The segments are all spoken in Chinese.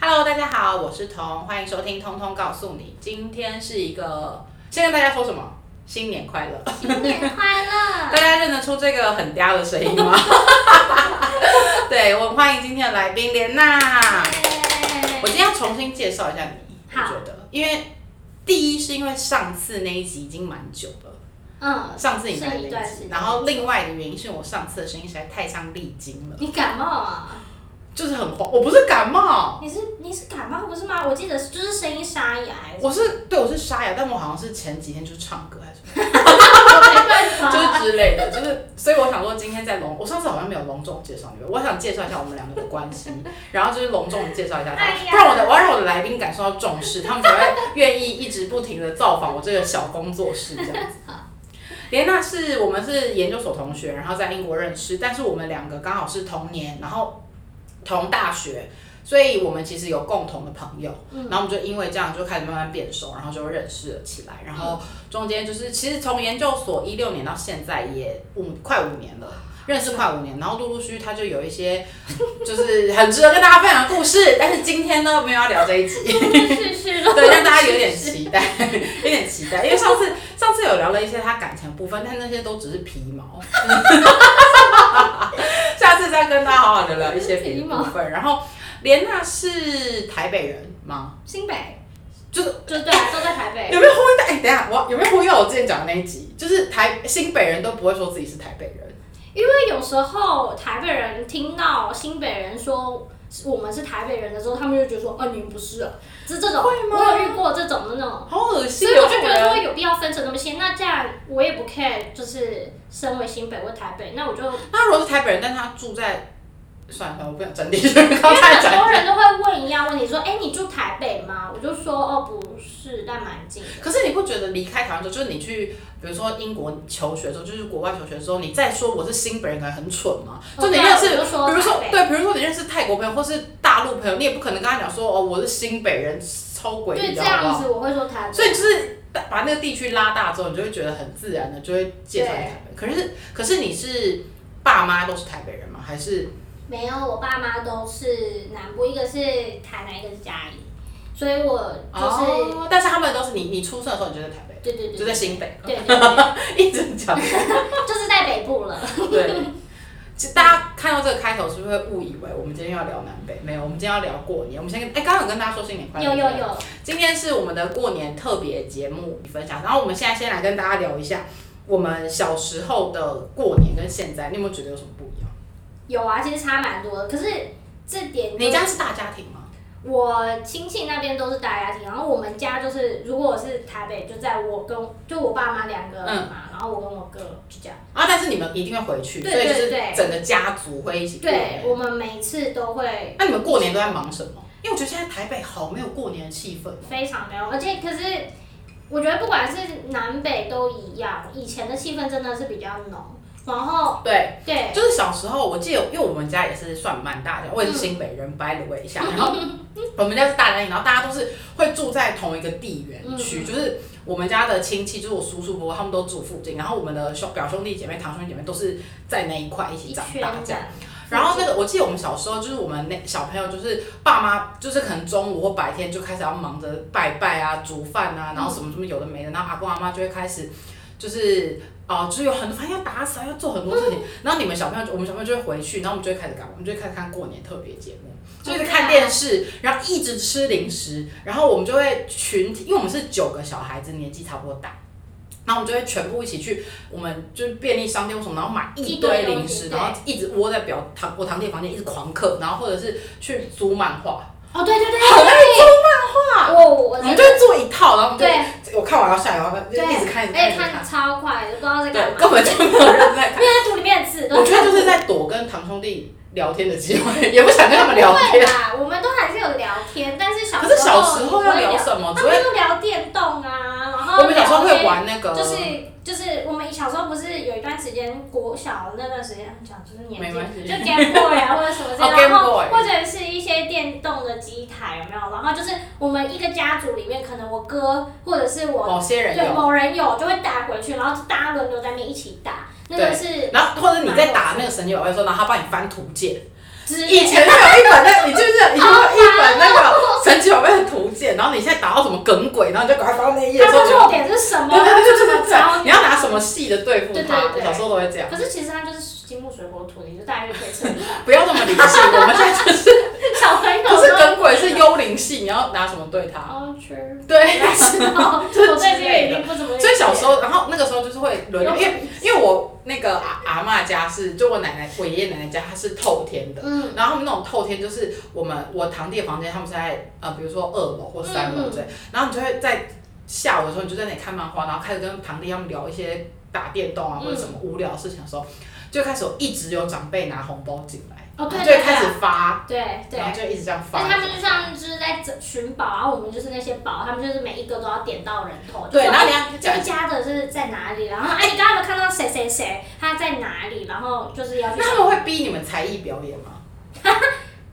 Hello，大家好，我是彤，欢迎收听《通通告诉你》。今天是一个，先跟大家说什么？新年快乐！新年快 乐！大家认得出这个很嗲的声音吗？ 对，我们欢迎今天的来宾莲娜。我今天要重新介绍一下你，我好觉得，因为第一是因为上次那一集已经蛮久了，嗯，上次你来是那一段一时集间，然后另外的原因是我上次的声音实在太像丽晶了，你感冒啊？就是很慌。我不是感冒，你是你是感冒不是吗？我记得就是声音沙哑欸 还是我是对我是沙哑，但我好像是前几天就是唱歌还是什么。没办 法 就是之类的，就是，所以我想说，今天在隆，我上次好像没有隆重介绍你们，我想介绍一下我们两个的关系，然后就是隆重地介绍一下他哎们，呀不然我的我要让我的来宾感受到重视， 他们才会愿意一直不停的造访我这个小工作室这样子。莲娜是我们是研究所同学，然后在英国认识，但是我们两个刚好是同年，然后同大学，所以我们其实有共同的朋友，嗯然后我们就因为这样就开始慢慢变熟，然后就认识了起来，然后中间就是其实从研究所一六年到现在也五快五年了。认识快五年，然后陆陆续续他就有一些，就是很值得跟大家分享的故事。但是今天呢，没有要聊这一集， 是是了。对，让大家有点期 待，有点期待，因为上次上次有聊了一些他感情的部分，但那些都只是皮毛。 下次再跟大家好好聊聊一些皮毛部分。然后莲娜是台北人吗？新北就是就对啊，都在台北。有没有呼应到？哎、等一下，我有没有呼应到我之前讲的那一集？就是台新北人都不会说自己是台北人。 因为有时候台北人听到新北人说我们是台北人的时候，他们就觉得说，哦，你们不是啊，是这种。会吗我有遇过这种的那种，好恶心所以哦！我就觉得说人有必要分成那么细。那这样我也不 care，就是身为新北或台北，那我就那如果是台北人，但他住在……算了，算了，我不想整理， 刚因为太很讲多。人都会问一样问题，说：“哎、你住台北吗？”我就说：“哦，不是，但蛮近的。可是你不觉得离开台湾之后，就是你去，比如说英国求学的时候，就是国外求学的时候，你再说我是新北人，感觉很蠢嘛？哦就你对啊认识，我就说比如说台北对，比如说你认识泰国朋友或是大陆朋友，你也不可能跟他讲说哦我是新北人，超”诡对，异这的好不样好？子我会说台北。所以就是把那个地区拉大之后，你就会觉得很自然的就会介绍你台北。可是可是你是爸妈都是台北人吗？还是没有，我爸妈都是南部，一个是台南，一个是嘉义，所以我就是、哦？但是他们都是你你出生的时候你就在台北，对对对，就在新北， 对对对，一直 讲就是在北部 了。对，其实大家看到这个开头是不是会误以为我们今天又要聊南北？没有，我们今天要聊过年。我们先跟哎，刚刚有跟大家说新年快乐，有有对不对。有，今天是我们的过年特别节目分享，然后我们现在先来跟大家聊一下我们小时候的过年跟现在，你有没有觉得有什么不一样？有啊，其实差蛮多的。可是这点就你家是大家庭吗？我亲戚那边都是大家庭，然后我们家就是，如果我是台北，就在我跟就我爸妈两个人嘛，然后我跟我哥就这样。啊，但是你们一定会回去，对所以就是对对整个家族会一起过对年，。我们每次都会那你们过年都在忙什么？因为我觉得现在台北好没有过年的气氛。非常没有，而且可是我觉得不管是南北都一样，以前的气氛真的是比较浓。然后对，对，就是小时候，我记得，因为我们家也是算蛮大的，我也是新北人，掰了我 一下，然后我们家是大家庭，然后大家都是会住在同一个地缘区，嗯就是我们家的亲戚，就是我叔叔伯伯他们都住附近，然后我们的兄表兄弟姐妹、堂兄弟姐妹都是在那一块一起一长圈大的这样。然后那个，我记得我们小时候就是我们那小朋友，就是爸妈就是可能中午或白天就开始要忙着拜拜啊、煮饭啊，然后什么什么有的没的，然后阿公阿妈就会开始就是哦、就是有很多反正要打扫，要做很多事情。然后你们小朋友就，我们小朋友就会回去，然后我们就会开始干嘛？我们就会开始看过年特别节目。就是看电视，然后一直吃零食，然后我们就会群体，因为我们是九个小孩子，年纪差不多大，然后我们就会全部一起去，我们就是便利商店或什么，然后买一一堆堆东西零食，对然后一直窝在表堂我堂弟房间一直狂嗑，然后或者是去租漫画，哦，对对对，很爱漫画，我我我们就会做一套，然后我们对就我看完要下一话，就对，一直看一直看而一且直看看，超快，就不知道在干对，嘛，根本就没有人在看。因为在土里面的字都我觉得就是在躲跟堂兄弟聊天的机会，也不想跟他们聊不会 天。啦，我们都还是有聊天，但是小可是小时候候也要会聊什么？他只们会就聊电动啊，然后我们小时候哦聊一会些玩那个，就是就是我们小时候不是有一段时间国小那段时间很小，就是年没关系纪就 Game Boy 啊或者什么之哦类的，然 Game 后 Boy 或者是一些电动的机台有没有？然后就是我们一个家族里面，可能我哥或者是我某些人对有，某人有就会打回去，然后大家轮流在那边一起打，那个是然后或者你在打那个神奇宝贝的时候，然后他帮你翻图鉴。之类哦以前就有一本那，你记不记得？以前有一本那个梗鬼，然后你就赶快翻到那一页的他时候的就，弱点是什么？对对对，就怎么是这样，着？你要拿什么戏的对付对他，对对小时候都会这样，可是其实他就是金木水火土，你就大约可以测一下。不要这么理 性，我们现在就是小朋友不是梗鬼是有。幽灵系，你要拿什么对他？哦，是。对，但是哦，我对这个已经不怎么理解。 所以小时候，然后那个时候就是会轮流，因为为因为我那个阿阿嬷家是，就我奶奶我爷爷奶奶家，他是透天的。嗯然后他们那种透天就是我们我堂弟的房间，他们是在呃，比如说二楼或三嗯楼之类，然后你就会在下午的时候，你就在那里看漫画，然后开始跟堂弟他们聊一些打电动啊嗯或者什么无聊的事情的时候，就开始有一直有长辈拿红包进来，哦对就对会开始发，对对。然后就一直这样所发以。他们就像就是在寻宝，然后我们就是那些宝，他们就是每一个都要点到人头。对，就说然后你哎要讲这一，家的是在哪里？然后哎，你刚刚有没有看到谁谁谁他在哪里？然后就是要去那。他们会逼你们才艺表演吗？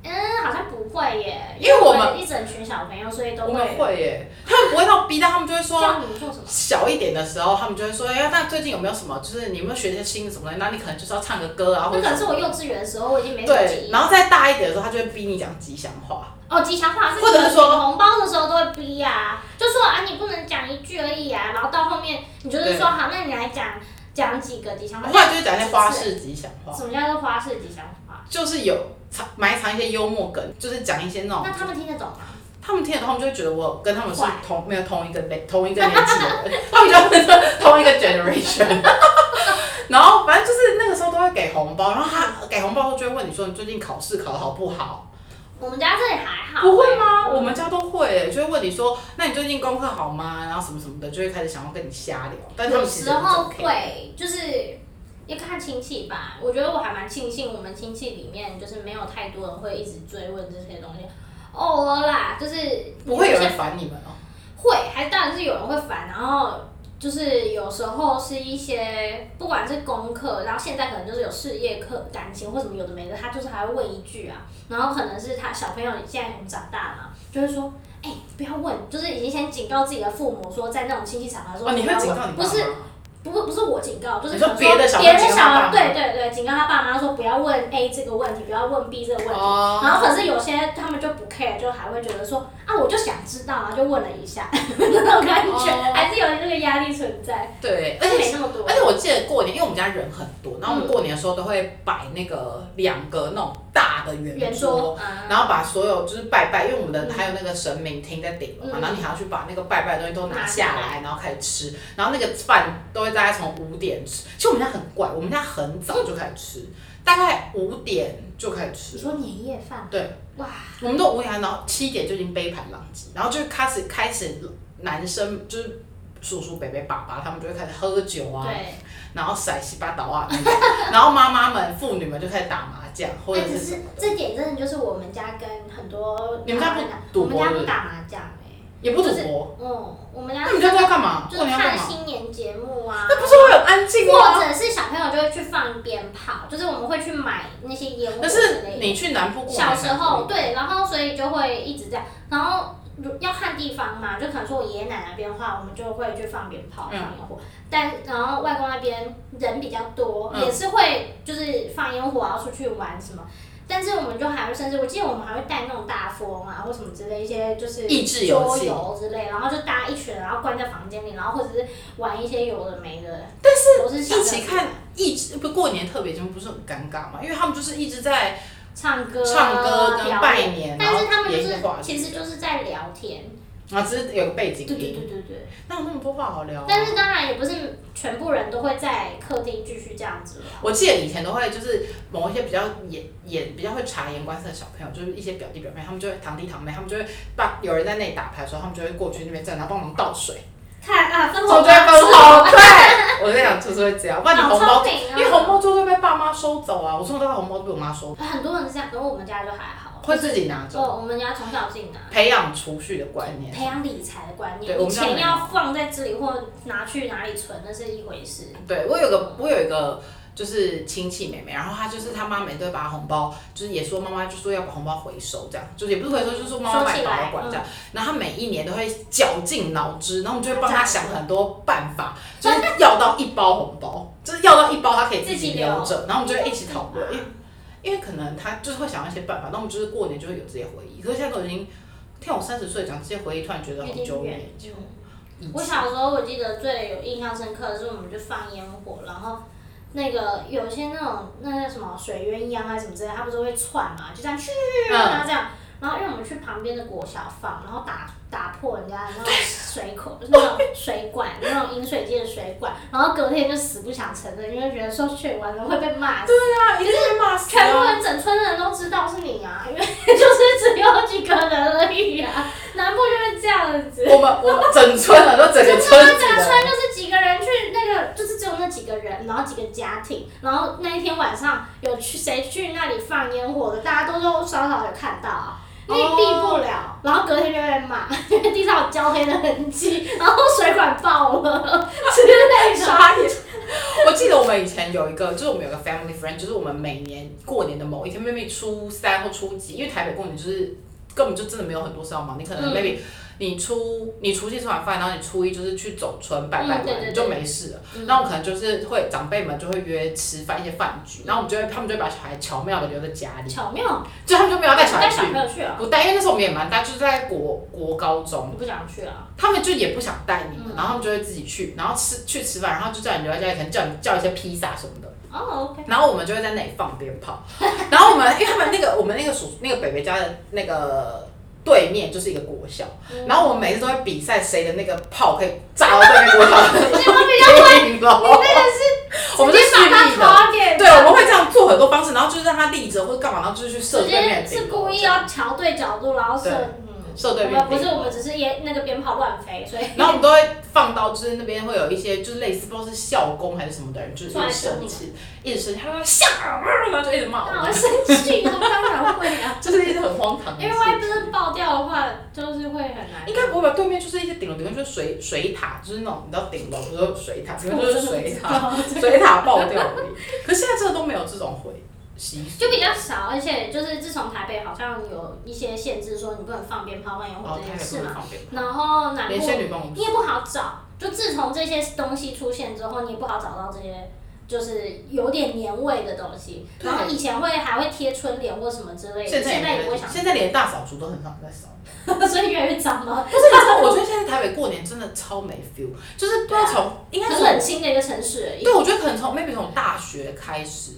嗯，好像不会耶，因为我们一整群小朋友，所以都我会们会耶，他们不会到逼，但他们就会说。叫你们做什么。小一点的时候，他们就会说，哎、呀，那最近有没有什么，就是你有没有学一些新的什么东西？那你可能就是要唱个歌啊，那或可者能是我幼稚园的时候，我已经没什么记对，忆。然后再大一点的时候，他就会逼你讲吉祥话。哦，吉祥话是或者是说领红包的时候都会逼呀、就说啊你不能讲一句而已啊，然后到后面你就是说好，那你来讲讲几个吉祥话后，来就会讲一些花式吉祥话，什么叫做花式吉祥话？就是有藏埋藏一些幽默梗，就是讲一些那种那他们听得懂吗？他们听得懂，他们就会觉得我跟他们是嗯坏同没有同一个类同一个年纪的人，他们就是同一个 generation。然后反正就是那个时候都会给红包，然后他给红包后就会问你说你最近考试考得好不好？我们家这里还好、不会吗？我嗯们家都会、就会问你说，那你最近功课好吗？然后什么什么的，就会开始想要跟你瞎聊。但他有们其实时不候 OK。会就是。要看亲戚吧，我觉得我还蛮庆幸我们亲戚里面就是没有太多人会一直追问这些东西，偶尔啦，就是不会有有些人烦你们哦、会，还当然是有人会烦，然后就是有时候是一些不管是功课，然后现在可能就是有事业课、感情或什么有的没的，他就是还会问一句啊，然后可能是他小朋友现在已经长大了嘛，就会说。哎、不要问，就是已经先警告自己的父母说，在那种亲戚场合说哦，你不会要警问告你爸不妈？是不过不是我警告，就是你说可能别的小朋别友的警告他爸妈小对对对，警告他爸妈说不要问 A 这个问题，不要问 B 这个问题。哦然后可是有些他们就不 care，就还会觉得说啊，我就想知道，然后就问了一下， 那种感觉、哦还是有这个压力存在，对，而但是且没那么多而。且我记得过年，因为我们家人很多，然后我嗯们过年的时候都会摆那个两个那种大的圆圆桌。桌，嗯然后把所有就是拜拜，因为我们的嗯还有那个神明厅在顶楼嘛，嗯然后你还要去把那个拜拜的东西都拿拿下下来，然后开始吃，然后那个饭都会大概从五点吃。其实我们家很怪，我们家很早就开始吃，大概五点就开始你吃。说年夜饭，对，哇，我们都五点，然后七点就已经杯盘狼藉，然后就开始开始男生就是叔叔、伯伯、爸爸他们就会开始喝酒啊，对，然后甩西巴倒啊那种，然后妈妈们、妇女们就开始打麻将或者哎可是什是么的，这点真的就是我们家跟很多你们家不台湾人赌我们家博是不不是打麻将哎，也不赌就是博。嗯，我们家那你们家都在干嘛？就过是年要干看嘛？新年节目啊，那不是会很安静或吗？者是小朋友就会去放鞭炮，就是我们会去买那些烟火但之类是的。你去南部过年小才时可候以对，然后所以就会一直这样，然后如要看地方嘛，就可能说我爷爷奶奶那边的话，我们就会去放鞭炮、放嗯烟火，但然后外公那边人比较多，嗯也是会就是放烟火，然后出去玩什么。但是我们就还会，甚至我记得我们还会带那种大富翁啊，或什么之类一些就是益智游桌戏游之类，然后就搭一群人，然后关在房间里，然后或者是玩一些有的没的。但是我是想一起着看一直不过年特别节目不是很尴尬吗？因为他们就是一直在唱歌、啊唱歌跟表拜演年，但是他们就演是话其实就是在聊天，啊，只是有个背景对对音，对对对。那有那么多话好聊啊。但是当然也不是全部人都会在客厅继续这样子聊。我记得以前都会就是某一些比较眼眼比较会察言观色的小朋友，就是一些表弟表妹，他们就会堂弟堂妹，他们就会把有人在那里打牌的时候，他们就会过去那边站，然后帮忙倒水，看啊，分我红就会分红。对，我在想就是会这样，不然你好红包聪明啊！因为红包最后会被爸妈收走啊，我从小到大红包都被我妈收， 很多人是这样，可是我们家就还好。会自己拿走，哦，我们家从小进拿，培养储蓄的观念。培养理财的观对念，我你们家钱没有要放在这里或拿去哪里存，那是一回事。对我有个我有一个就是亲戚妹妹，然后她就是她妈每都会把红包，就是也说妈妈就说要把红包回收这样，就是也不是回收，嗯就是说妈妈买保管这样。然后她每一年都会绞尽脑汁，然后我们就会帮她想很多办 法，就是要到一包红包，就是要到一包她可以自己留啊着，然后我们就会一起讨论，因为因为可能她就是会想到一些办法，那我们就是过年就会有这些回忆。可是现在都已经天啊，我三十岁讲这些回忆，突然觉得好有点久远远。。嗯以我前小时候我记得最有印象深刻的是我们去放烟火，然后那个有些那种那叫什么水鸳鸯还是什么之类的，它不是会窜嘛，就这样去，嗯然后这样。然后因为我们去旁边的国小放，然后打打破人家的那种水口，那种水管，那种饮水机的水管，然后隔天就死不想承认，因为觉得说去玩了会被骂死。啊，一定被骂死全部啊！人整村的人都知道是你啊，因为 就是只有几个人而已啊，南部就是这样子。我们我们整村了，都整个村那子整了。村就是几个人去那个，就是只有那几个人，然后几个家庭，然后那一天晚上有去谁去那里放烟火的，大家都都稍稍有看到啊。你避哦不了然后隔天就被骂， 因为地上有焦黑的痕迹，然后水管爆了之 类的。我记得我们以前有一个，就是我们有个 family friend，就是我们每年过年的某一天，maybe 初三或初几，因为台北过年就是根本就真的没有很多事要忙，你可能嗯 maybe、你初你除夕吃完饭，然后你初一就是去走村拜拜嗯完，对对对你就没事了。嗯那我可能就是会长辈们就会约吃饭一些饭局，然后我们就会他们就会把小孩巧妙的留在家里，巧妙，就他们就没有带小孩带去小，朋友去啊？不带，因为那时候我们也蛮大，就是在国国高中我，不想去啊。他们就也不想带你们，嗯然后他们就会自己去，然后吃去吃饭，然后就叫你留在家里，可能叫你叫一些披萨什么的，哦，OK、然后我们就会在那里放鞭炮， 然后我们因为他们那个我们那个叔那个北北家的那个对面就是一个国小，嗯然后我们每次都会比赛谁的那个炮可以炸到对面国小 的 o k 你们比 较天楼，哦我们是直接蓄把意的。它 target，对，我们会这样做很多方式，然后就是让他立着或者干嘛，然后就是去射直对面接的是顶故楼意这样，要调对角度，然后射。对嗯。射对我面的们不顶是，楼。我们只是也那个鞭炮乱飞，所以然后我们都会放到，就是那边会有一些，就是类似不知道是校工还是什么的人，就是一直生气，一直生气，他说吓，啊然后就一直骂 那我我们，生气，我当然会啊。就是一直很荒唐的因事为。万一真的爆掉的话，就是会很难。应该不会吧？对面就是一些顶楼，顶楼就是水水塔，就是那种你知道顶楼不是有水塔，顶楼就是水塔，水塔爆掉而已。可是现在这个都没有这种回习俗就比较少，而且就是自从台北好像有一些限制，说你不能放鞭炮、放烟火哦，这台件北事不嘛。方便，然后南连部仙女棒我们你也不好找，就自从这些东西出现之后，你也不好找到这些就是有点年味的东西。对然后以前会还会贴春联或什么之类的，现在现在也也不没会有想，现在连大扫除都很少在扫。 所以越来越脏了。不是，你知道，我觉得现在台北过年真的超没 feel，就是不知道从应该啊很从冷清的一个城市而已。对，我觉得可能从 maybe 从大学开始，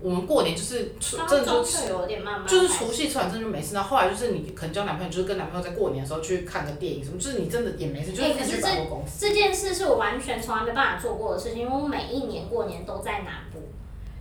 我们过年就是除高真的中就就是有点慢慢就是开始除夕吃完真的就没事，那后来就是你可能交男朋友，就是跟男朋友在过年的时候去看个电影什么，就是你真的也没事，就哎是可自己是去百货公司。这件事是我完全从来没办法做过的事情，因为我每一年过年都在南部，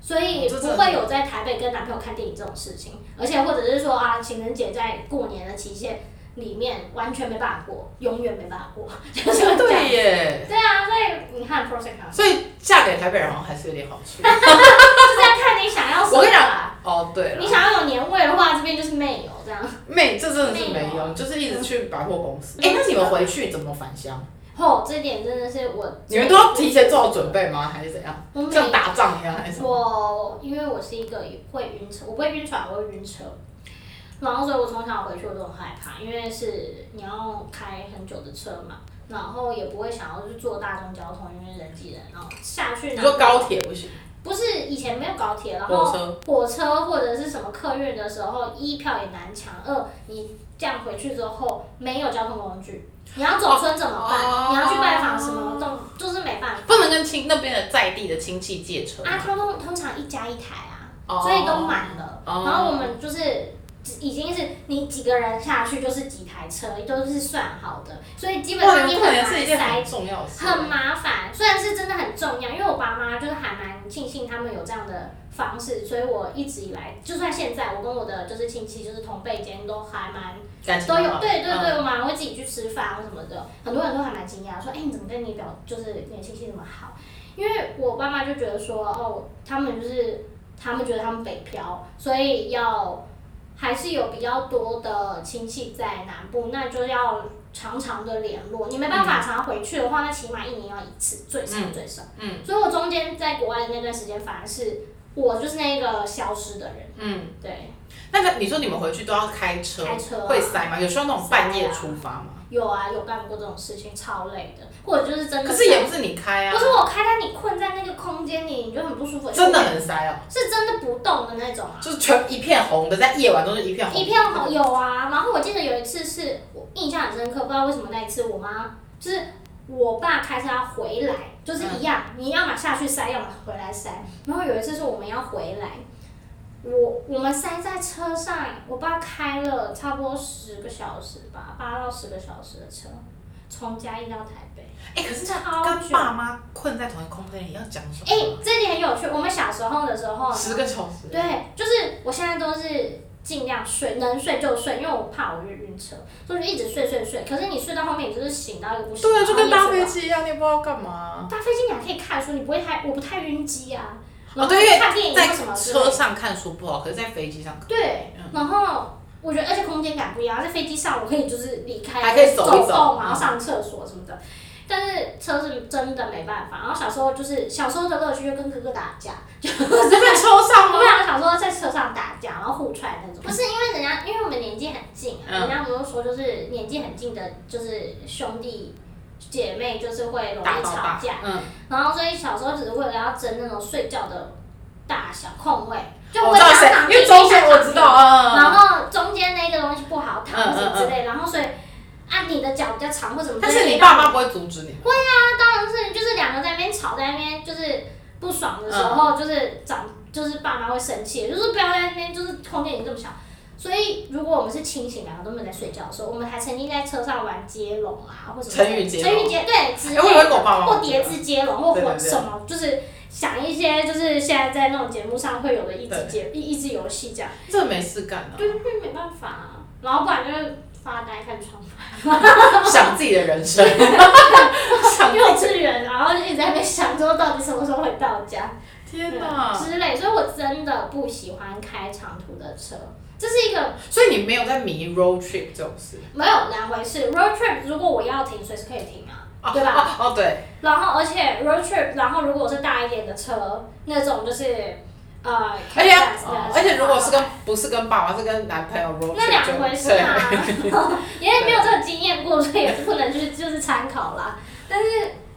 所哦以这真的不会有在台北跟男朋友看电影这种事情，而且或者是说啊，情人节在过年的期限里面完全没办法过，永远没办法过，就是会这样。 对耶，对啊，所以你看 p r o s e c o 所以嫁给台北人好像还是有点好处。就是要看你想要什么我跟你啦。讲，哦对你了，想要有年味的话，这边就是没有这样。妹这真的是没没有用，就是一直去百货公司。哦嗯哎，那你们回去怎么返乡？哦，这点真的是我。你们都要提前做好准备吗？还是怎样？我每像打仗一样还是什么？我因为我是一个会晕车，我不会晕船，我会晕车。然后所以我从小回去我都很害怕，因为是你要开很久的车嘛，然后也不会想要去坐大众交通，因为人挤人，然后下去你呢说高铁不行，不是以前没有高铁，然火后车火车或者是什么客运的时候，一票也难抢，二你这样回去之后没有交通工具，你要走村怎么办？哦你要去拜访什么动，就是没办法。不能跟亲那边的在地的亲戚借车吗。啊，通通通常一家一台啊，哦所以都满了。哦然后我们就是已经是你几个人下去就是几台车，都是算好的，所以基本过上你年很过年难是一件塞很重要的事，很麻烦，虽然是真的很重要，因为我爸妈就是还蛮庆幸他们有这样的方式，所以我一直以来，就算现在我跟我的就是亲戚就是同辈间都还蛮感情都有好，对对对，嗯我妈会自己去吃饭或什么的，很多人都还蛮惊讶，说，哎、你怎么跟你表就是你的亲戚那么好？因为我爸妈就觉得说，哦，他们就是他们觉得他们北漂，所以要还是有比较多的亲戚在南部，那就要常常的联络。你没办法常常回去的话，那起码一年要一次，最少嗯最少。嗯所以我中间在国外的那段时间，反而是我就是那个消失的人。嗯，对，那那你说你们回去都要开车，开车啊会塞吗？有需要那种半夜出发吗？有啊，有干过这种事情，超累的，或者就是真的。可是也不是你开不啊，是我开，但你困在那个空间里，你就很不舒服。真的很塞哦，是真的不动的那种啊。就是全一片红的，在夜晚都是一片红，一片好有啊，然后我记得有一次是我印象很深刻，不知道为什么那一次我妈就是我爸开车要回来，就是嗯一样，你要么下去塞，要么回来塞。然后有一次是我们要回来，我我们塞在车上，我爸开了差不多十个小时吧，八到十个小时的车，从嘉义到台北。哎、可是这超跟久爸妈困在同一个空间里要讲什么？哦哎、啊这点很有趣。我们小时候的时候呢，十个小时，对，就是我现在都是尽量睡，能睡就睡，因为我怕我晕晕车，所以就一直睡睡睡。可是你睡到后面，你就是醒到一个不行，对啊，就跟然搭后你飞也睡机一样，你也不知道干嘛。不了搭飞机你还可以看书，你不会太，我不太晕机啊。哦，对，因为看电影或什么在之类车的。上看书不好，可是在飞机上可以 对嗯，然后我觉得，而且空间感不一样，在飞机上我可以就是离开，还可以走一嗯走动，然后上厕所什么的。但是车是真的没办法。然后小时候就是小时候的乐趣，就跟哥哥打架， 是在车上我吗们？两个小时候在车上打架，然后互踹那种。不是因为人家，因为我们年纪很近，啊嗯人家不是说就是年纪很近的，就是兄弟姐妹就是会容打易到吵大架，，嗯，然后所以小时候只是为了要争那种睡觉的大小空位，就哦我我知道想谁，躺因为平中想间我躺知平道，然嗯，后中间那个东西不好躺嗯或什么之类，然后所以啊你的脚比较长或什么之但类的，是你爸妈不会阻止你吗，当然是就是两个在那边吵，在那边就是不爽的时嗯候，就是长就是爸妈会生气，就是不要在那边就是空间已经这么小。所以，如果我们是清醒，两个都没有在睡觉的时候，我们还曾经在车上玩接龙啊，或什么之类成语接龙成语接对之类哎我以为狗的，爸妈或叠字接龙，或对对或对什么，就是想一些就是现在在那种节目上会有的益智节益益智游戏这样，这没事干啊，对，因为没办法、啊，然后不然就是发呆看窗户，想自己的人生，啊 想幼稚园，然后就一直在那边想说到底什么时候会到家。天对啊哪！之类，所以我真的不喜欢开长途的车，这是一个所以你没有在迷 road trip 这种事没有两回事。road trip 如果我要停，随时可以停啊，啊？对吧？哦？哦，对，然后而且 road trip，然后如果是大一点的车，那种就是呃，而且哦而且如果是个跟不是跟爸爸，是跟男朋友 road trip，那两回事啊就， 因为没有这个经验过，所以也不能就是就是参考啦。但是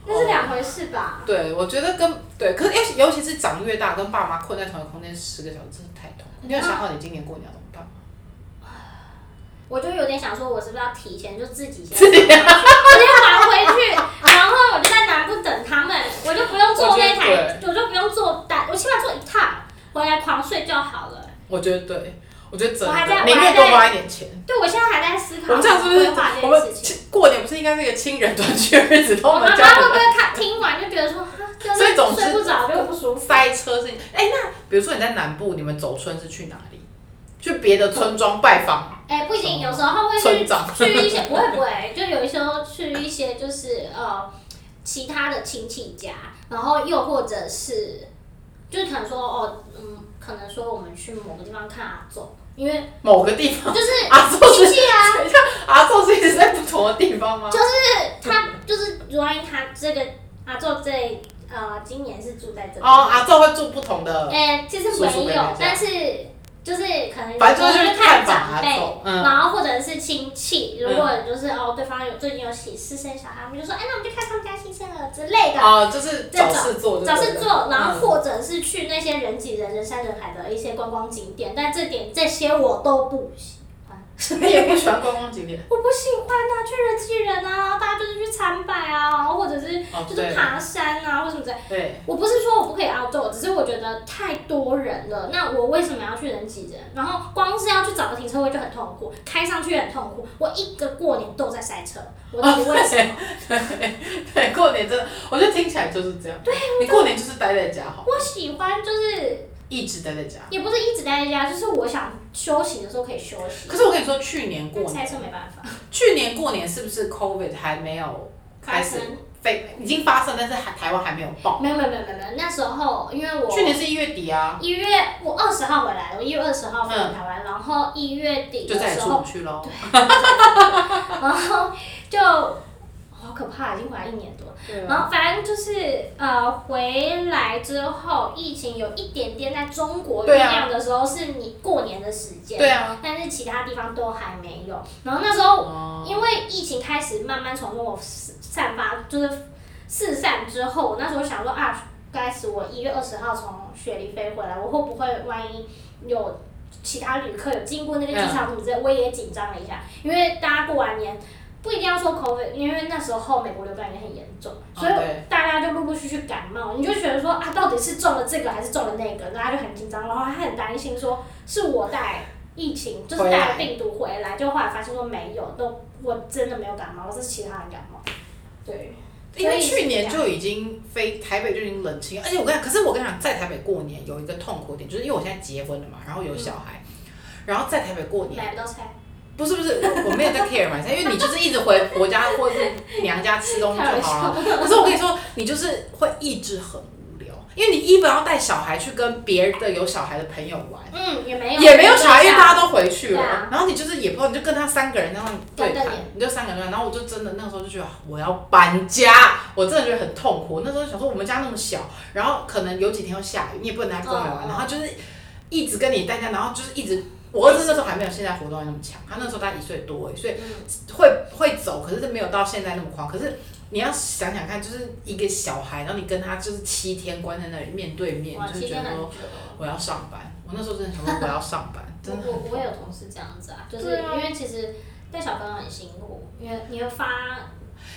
那是两回事吧？对，对我觉得跟对，可是尤其尤其是长越大，跟爸妈困在同一个空间十个小时，真的太痛苦。你有啊想好你今年过年要怎么办吗？我就有点想说，我是不是要提前就自己先自己我就还回去，然后我就在南部等他们，我就不用坐那我觉得台，我就不用坐单，我起码坐一趟，回来狂睡就好了。我觉得对，我觉得真我还的，在宁愿多我还在花一点钱。对，我现在还在思 我考们这样是不规是划我这件们事情。亲过年不是应该是一个亲人团聚的日子，我都我妈妈们会家不会看听完就觉得说，哈就是所以总之睡不着就 不舒服？塞车是？哎、那比如说你在南部，你们走村是去哪里？去别的村庄拜访哎、不一定，有时候会去哦村长？去一些不会不会，就有一时候去一些就是呃其他的亲戚家，然后又或者是就是可能说哦嗯，可能说我们去某个地方看阿祖，因为 某个地方？嗯就是阿宙亲是戚 啊，等一下，阿宙是一直在不同的地方吗？他就是如安他这个阿宙这呃今年是住在这边，哦，阿宙会住不同的，哎、其实呃叔叔没伯伯有家，但是就是可能反正就是我去去探访看长阿辈，宙。嗯，然后或者是亲戚，如果就是、哦对方有最近有喜事生小孩，我们就说哎、那我们去看他们家新生儿之类的。哦，就是找事做，找对嗯事了做，然后或者是去那些人挤人、人山人海的一些观光景点，但这点这些我都不喜欢。 你也不喜欢观光景 点我不喜欢啊，去人挤人啊，然后大家就是去参拜啊，然后或者是哦，就是对爬山啊，或什么之类。对， 我不是说我不可以 outdoor，只是我觉得太多人了。那我为什么要去人挤人？然后光是要去找个停车位就很痛苦，开上去也很痛苦。我一个过年都在塞车，我到底为什么？对对，过年真的，我觉得听起来就是这样。对，啊你过年就是待在家好，我喜欢就是一直待在家。也不是一直待在家，就是我想休息的时候可以休息。可是我跟你说，去年过但塞年，车没办法，去年过年是不是 COVID 还没有开始发生飞，已经发生，但是还台湾还没有爆。没有没有没有没有没有，那时候因为我去年是一月底啊，一月我二十号回来，我一月二十号回嗯台湾，然后一月底就的再也时出候不去喽。然后就好可怕，已经回来一年多。对啊然后反正就是呃，回来之后，疫情有一点点在中国酝对啊酿的时候，是你过年的时间，对啊，但是其他地方都还没有。然后那时候哦因为疫情开始慢慢从中国散发，就是四散之后，我那时候想说啊，该死，我一月二十号从雪梨飞回来，我会不会万一有其他旅客有经过那嗯个机场什么之类，我也紧张了一下，因为大家过完年。不一定要说 COVID，因为那时候美国流感也很严重，哦所以对大家就陆陆续续感冒，你就觉得说啊，到底是中了这个还是中了那个，大家就很紧张，然后还很担心说是我带疫情，就是回来带病毒回来，就后来发现说没有，都我真的没有感冒，是其他人感冒。对，因为所以去年是这就已经飞台北就已经冷清，而且我跟你讲，可是我跟你讲，在台北过年有一个痛苦点，就是因为我现在结婚了嘛，然后有小孩，嗯然后在台北过年，买不到菜，不是不是，我我没有在 care 买菜，因为你就是一直回婆家或者是娘家吃东西就好了。可是我跟你说，你就是会一直很无聊，因为你一本要带小孩去跟别的有小孩的朋友玩。嗯，也没有，也没有小孩，因为大家都回去了。对啊然后你就是也不，你就跟他三个人那样对对谈对，你就三个人对谈。然后我就真的那个时候就觉得啊我要搬家，我真的觉得很痛苦。那时候想说我们家那么小，然后可能有几天要下雨，你也不能来公园玩，嗯然后就是一直跟你待在，然后就是一直。我儿子那时候还没有现在活动力那么强，他那时候才一岁多而已，所以嗯会会走，可是没有到现在那么狂。可是你要想想看，就是一个小孩，然后你跟他就是七天关在那里面对面，哇，你就七是觉得天很说久。我要上班。我那时候真的想说我要上 班，我真的我我也有同事这样子啊，就是对啊因为其实带小朋友很辛苦，因为你会发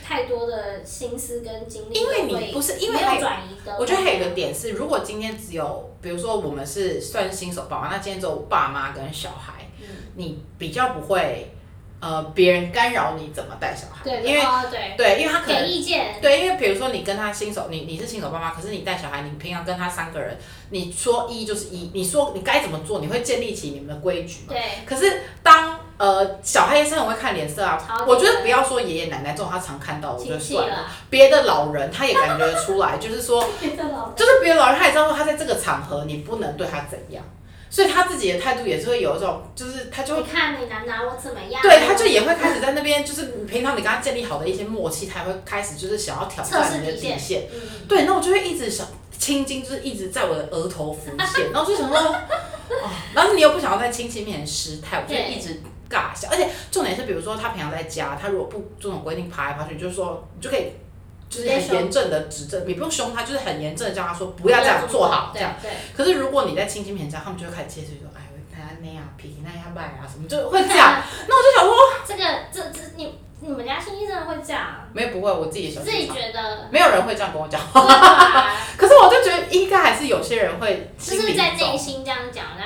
太多的心思跟精力，因为你会不是因为没还有转移的，我觉得还有一个点是，如果今天只有，比如说我们是算是新手爸妈，那今天只有爸妈跟小孩，嗯，你比较不会呃别人干扰你怎么带小孩，对，因为哦对，对，因为他可给能。意见，对，因为比如说你跟他新手，你你是新手爸妈，可是你带小孩，你平常跟他三个人，你说一就是一，你说你该怎么做，你会建立起你们的规矩嘛。对，可是当呃小孩也是很会看脸色啊超，级我觉得不要说爷爷奶奶这种他常看到，我觉亲得戚算了。了，别的老人他也感觉得出来， 就是说，别的 老就是别的老人他也知道说他在这个场合你不能对他怎样，所以他自己的态度也是会有一种，就是他就你会。看你拿拿我怎么样？嗯对，他就也会开始在那边，就是平常你跟他建立好的一些默契，他也会开始就是想要挑测试战你的底底线线。嗯，对，那我就会一直想青筋，就是一直在我的额头浮现，然后就想说，哦，然后你又不想要在亲戚面前失态，我就对一直尬笑。而且重点是，比如说他平常在家，他如果不这种规定爬来爬去，就是说你就可以。就是直接很凶严正的指正，你不用凶他，就是很严正的叫他说不要这样做好这样。，对，可是如果你在亲戚面前，他们就会开始接触说，哎，他那样皮那样卖啊什么，就会这样。那我就想说，这个这这你你们家亲戚真的会这样？没有不会，我自己的小自己剧场，，觉得没有人会这样跟我讲对话。 吧可是我就觉得应该还是有些人会就心是里在走内心这样讲。那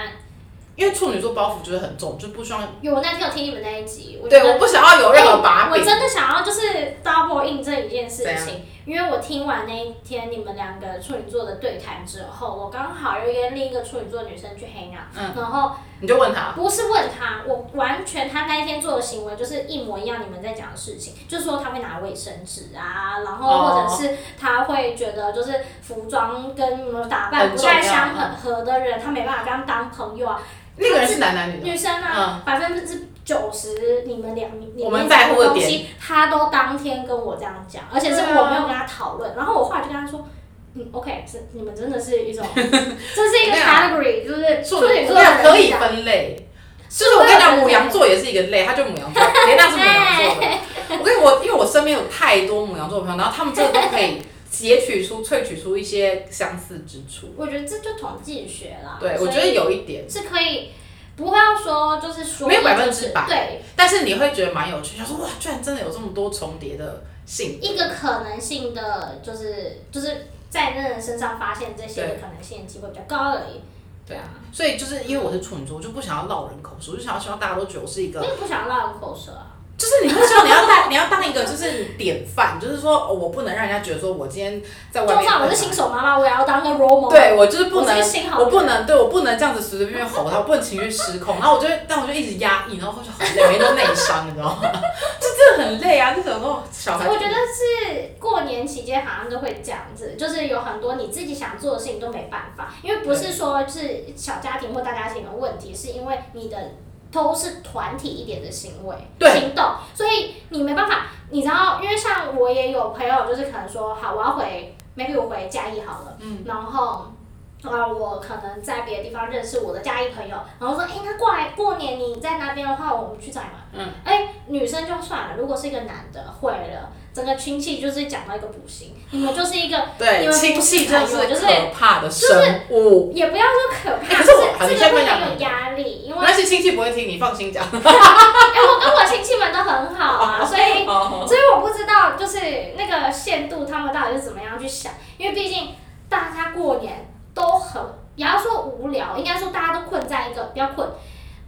因为处女座包袱就是很重，就不希望有我那天有听你们那一集，我觉对，得哎我不想要有任何把我柄。真的想要就是 double 印证一件事怎样情，因为我听完那一天你们两个处女座的对谈之后，我刚好又跟另一个处女座女生去 hang out，、嗯然后你就问他，不是问她，我完全她那一天做的行为就是一模一样你们在讲的事情，就说她会拿卫生纸啊，然后或者是她会觉得就是服装跟你们打扮很不重要太相嗯合的人，她没办法跟他们当朋友啊，那个人是男男女的，女生啊，百分之九十你们两你嗯我们在乎的东点西，他都当天跟我这样讲，而且是对啊我没有跟他讨论，然后我后来就跟他说。嗯，OK，这你们真的是一种， 这是一个没有啊 category，就是处处女女座座的人可以这样分类。就是我跟你讲，母羊座也是一个类，他就母羊座，雷娜是母羊座的。我跟你我，因为我身边有太多母羊座的朋友，然后他们真的都可以截取出、萃取出一些相似之处。我觉得这就统计学啦。对，所我以觉得有一点，是可以，不会要说就是说没有一就是百分之百对，但是你会觉得蛮有趣，想说哇，居然真的有这么多重叠的性格一个可能性的，就是就是在那人身上发现这些对可能性的机会比较高而已。对啊，所以就是因为我是处女座，我就不想要落人口实，我就想要希望大家都觉得我是一个因为不想让人口舌啊。就是你会希望你要当 你要当一个就是典范，就是说哦我不能让人家觉得说我今天在外就面，算我是新，手妈妈，我也要当个 role model。啊对我就是不我是能个新，好我人不能，对我不能这样子随随便便吼他，我不能情绪失控，然后我就会但我就一直压抑，然后我就很累，每天都内伤，你知道吗？ 就真的很累啊，那种哦小孩，我觉得是过年期间好像都会这样子，就是有很多你自己想做的事情都没办法，因为不是说是小家庭或大家庭的问题，是因为你的都是团体一点的行为对行动，所以你没办法。你知道，因为像我也有朋友，就是可能说，好，我要回，maybe 我回嘉义好了，嗯然后。啊，我可能在别的地方认识我的嘉义朋友，然后说，哎、那过来过年你在那边的话，我们去找你玩。嗯，哎、女生就算了，如果是一个男的，会了，整个亲戚就是讲到一个不行，你们就是一个因对，为亲戚真的是我就是可怕的生物。也不要说可哎怕，可就是我好你这先个会分享有你的压力，因为那些亲戚不会听你，放心讲。哎、我跟我亲戚们都很好 啊，所以哦，所以我不知道就是那个限度他们到底是怎么样去想，因为毕竟大家过年都很，也要说无聊，应该说大家都困在一个不要困，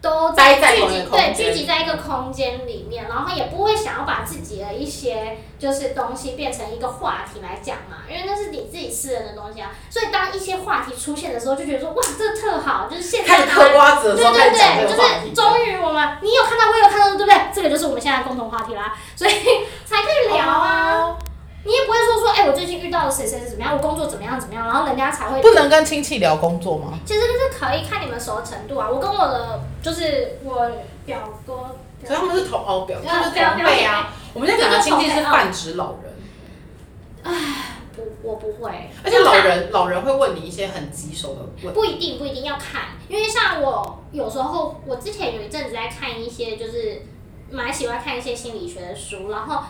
都待在聚同一集个空对间聚集在一个空间里面，然后也不会想要把自己的一些就是东西变成一个话题来讲嘛，因为那是你自己私人的东西啊，所以当一些话题出现的时候，就觉得说哇这特好，就是现在开始嗑瓜子的时候对开对始讲这对，个话就是题。终于我们你有看到，我有看到，对不对？这个就是我们现在的共同话题啦，所以才可以聊啊。哦，你也不会说说，哎、我最近遇到了谁谁谁怎么样，我工作怎么样怎么样，然后人家才会。不能跟亲戚聊工作吗？其实就是可以看你们熟的程度啊。我跟我的就是我表哥，所以他们是同哦表，对他们是同辈啊。我们现在讲的亲戚是泛指老人，不，我不会。而且老人老人会问你一些很棘手的问题。不一定不一定要看，因为像我有时候，我之前有一阵子在看一些，就是蛮喜欢看一些心理学的书，然后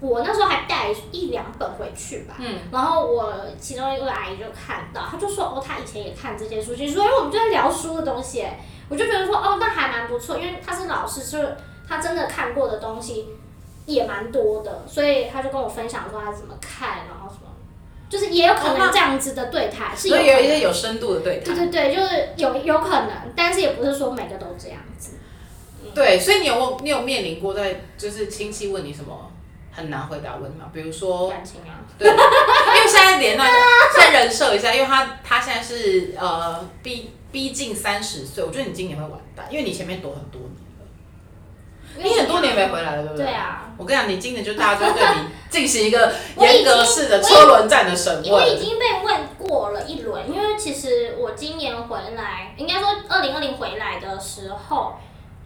我那时候还带一两本回去吧。嗯，然后我其中一位阿姨就看到，她就说哦，她以前也看这些书，其实说因哎为我们就在聊书的东西，我就觉得说哦，那还蛮不错，因为她是老师，就是她真的看过的东西也蛮多的，所以她就跟我分享说她怎么看，然后什么，就是也有可哦那能这样子的对她是有所可以有一能，些有深度的对对谈。对对，就是有有可能，但是也不是说每个都这样子。对，所以你有问你有面临过在就是亲戚问你什么很难回答问题吗？比如说感情啊，对，因为现在连那个现在人设一下，因为他他现在是呃逼逼近三十岁，我觉得你今年会完蛋，因为你前面躲很多年了，你很多年没回来了，对不啊对啊，我跟你讲，你今年就大家就对你进行一个我已严经格式的车轮战的审因为已问。经被问过了一轮，因为其实我今年回来，应该说二零二零回来的时候，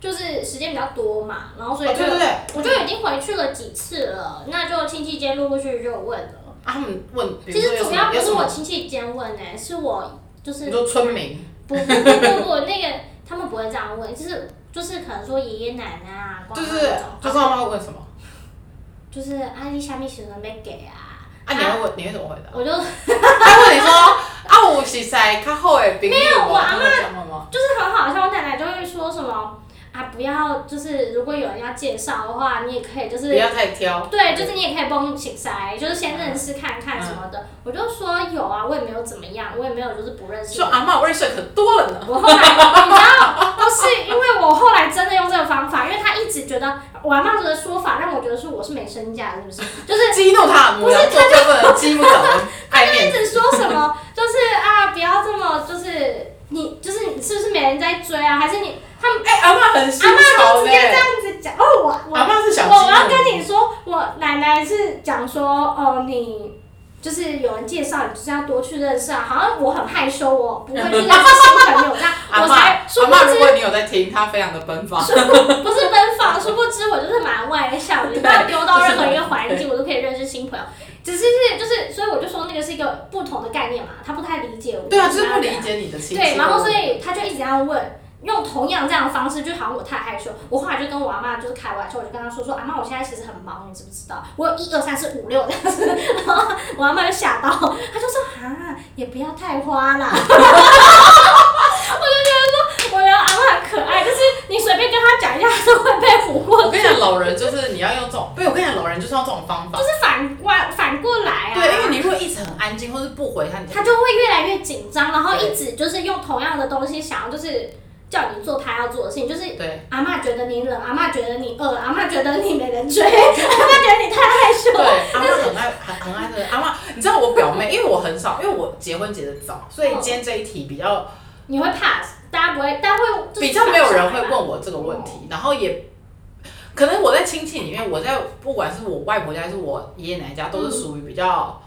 就是时间比较多嘛，然后所以哦就、对对对，我就已经回去了几次了，那就亲戚间陆陆续续就有问了。啊他们问，比其如说实有什主要么不有什是我么？亲戚间问呢、是我就是你说村民，不不不不不那个他们不会这样问，就是就是可能说爷爷奶奶啊，公就公是那就种是他们会问什么？就是啊你下面喜欢没给啊，啊，你会问，你会怎么回答？我就他问你说啊，我是在较好的朋友，没有我阿嬷讲了吗？就是很好笑，我奶奶就会说什么啊，不要，就是如果有人要介绍的话，你也可以就是不要太挑。对，就是你也可以帮我请塞，就是先认识看嗯看什么的。我就说有啊，我也没有怎么样，我也没有就是不认识说。阿嬷，我认识的可多了呢。 我后来，你知道，不是因为我后来真的用这个方法，因为他一直觉得我阿妈的说法让我觉得说我是没身价，是不是？就是激怒他的母羊座就不能激不着 人，爱一面子。直说什么，就是啊，不要这么，就是你，就是你是不是没人在追啊？还是你他们哎，阿嬷很新阿妈潮都直呢接，这样子讲哦，我我阿嬷是想激我要怒。，跟你说，我奶奶是讲说，哦，你就是有人介绍，你就是要多去认识啊。好像我很害羞，我不会去认识新朋友这样 阿我嬷，才阿殊不嬷，如知果你有在听，她非常的奔放。不 是奔放，殊不知我就是蛮外 向的，把我丢到任何一个环境，我都可以认识新朋友。只是是就是，所以我就说那个是一个不同的概念嘛，他不太理解我。对啊，就是不理解你的亲戚。对，然后所以他就一直这样问，用同样这样的方式，就好像我太害羞。我后来就跟我阿妈就是开玩笑，我就跟她说说，阿妈，我现在其实很忙，你知不知道？我有一二三四五六这样子，然后我阿妈就吓到，她就说啊，也不要太花啦。 我就觉得说，我觉得阿妈很可爱，就是你随便跟她讲一下，她都会被唬过我跟你讲，老人就是你要用这种，对我跟你讲，老人就是要这种方法就。是反过反过来啊。对，因为你如果一直很安静，或是不回他，你 他就会越来越紧张，然后一直就是用同样的东西，想要就是叫你做他要做的事情，就是对阿嬷觉得你冷，阿嬷觉得你饿，阿嬷觉得你 没人追，阿嬷觉得你太害羞。对，阿 嬷很爱很很爱这个阿嬷，你知道我表妹，因为我很少，因为我结婚结的早，所以嗯今天这一题比较你会 pass，大家不会，大家会就是比较没有人会问我这个问题，然后也可能我在亲戚里面，我在不管是我外婆家还是我爷爷奶奶家，都嗯是属于比较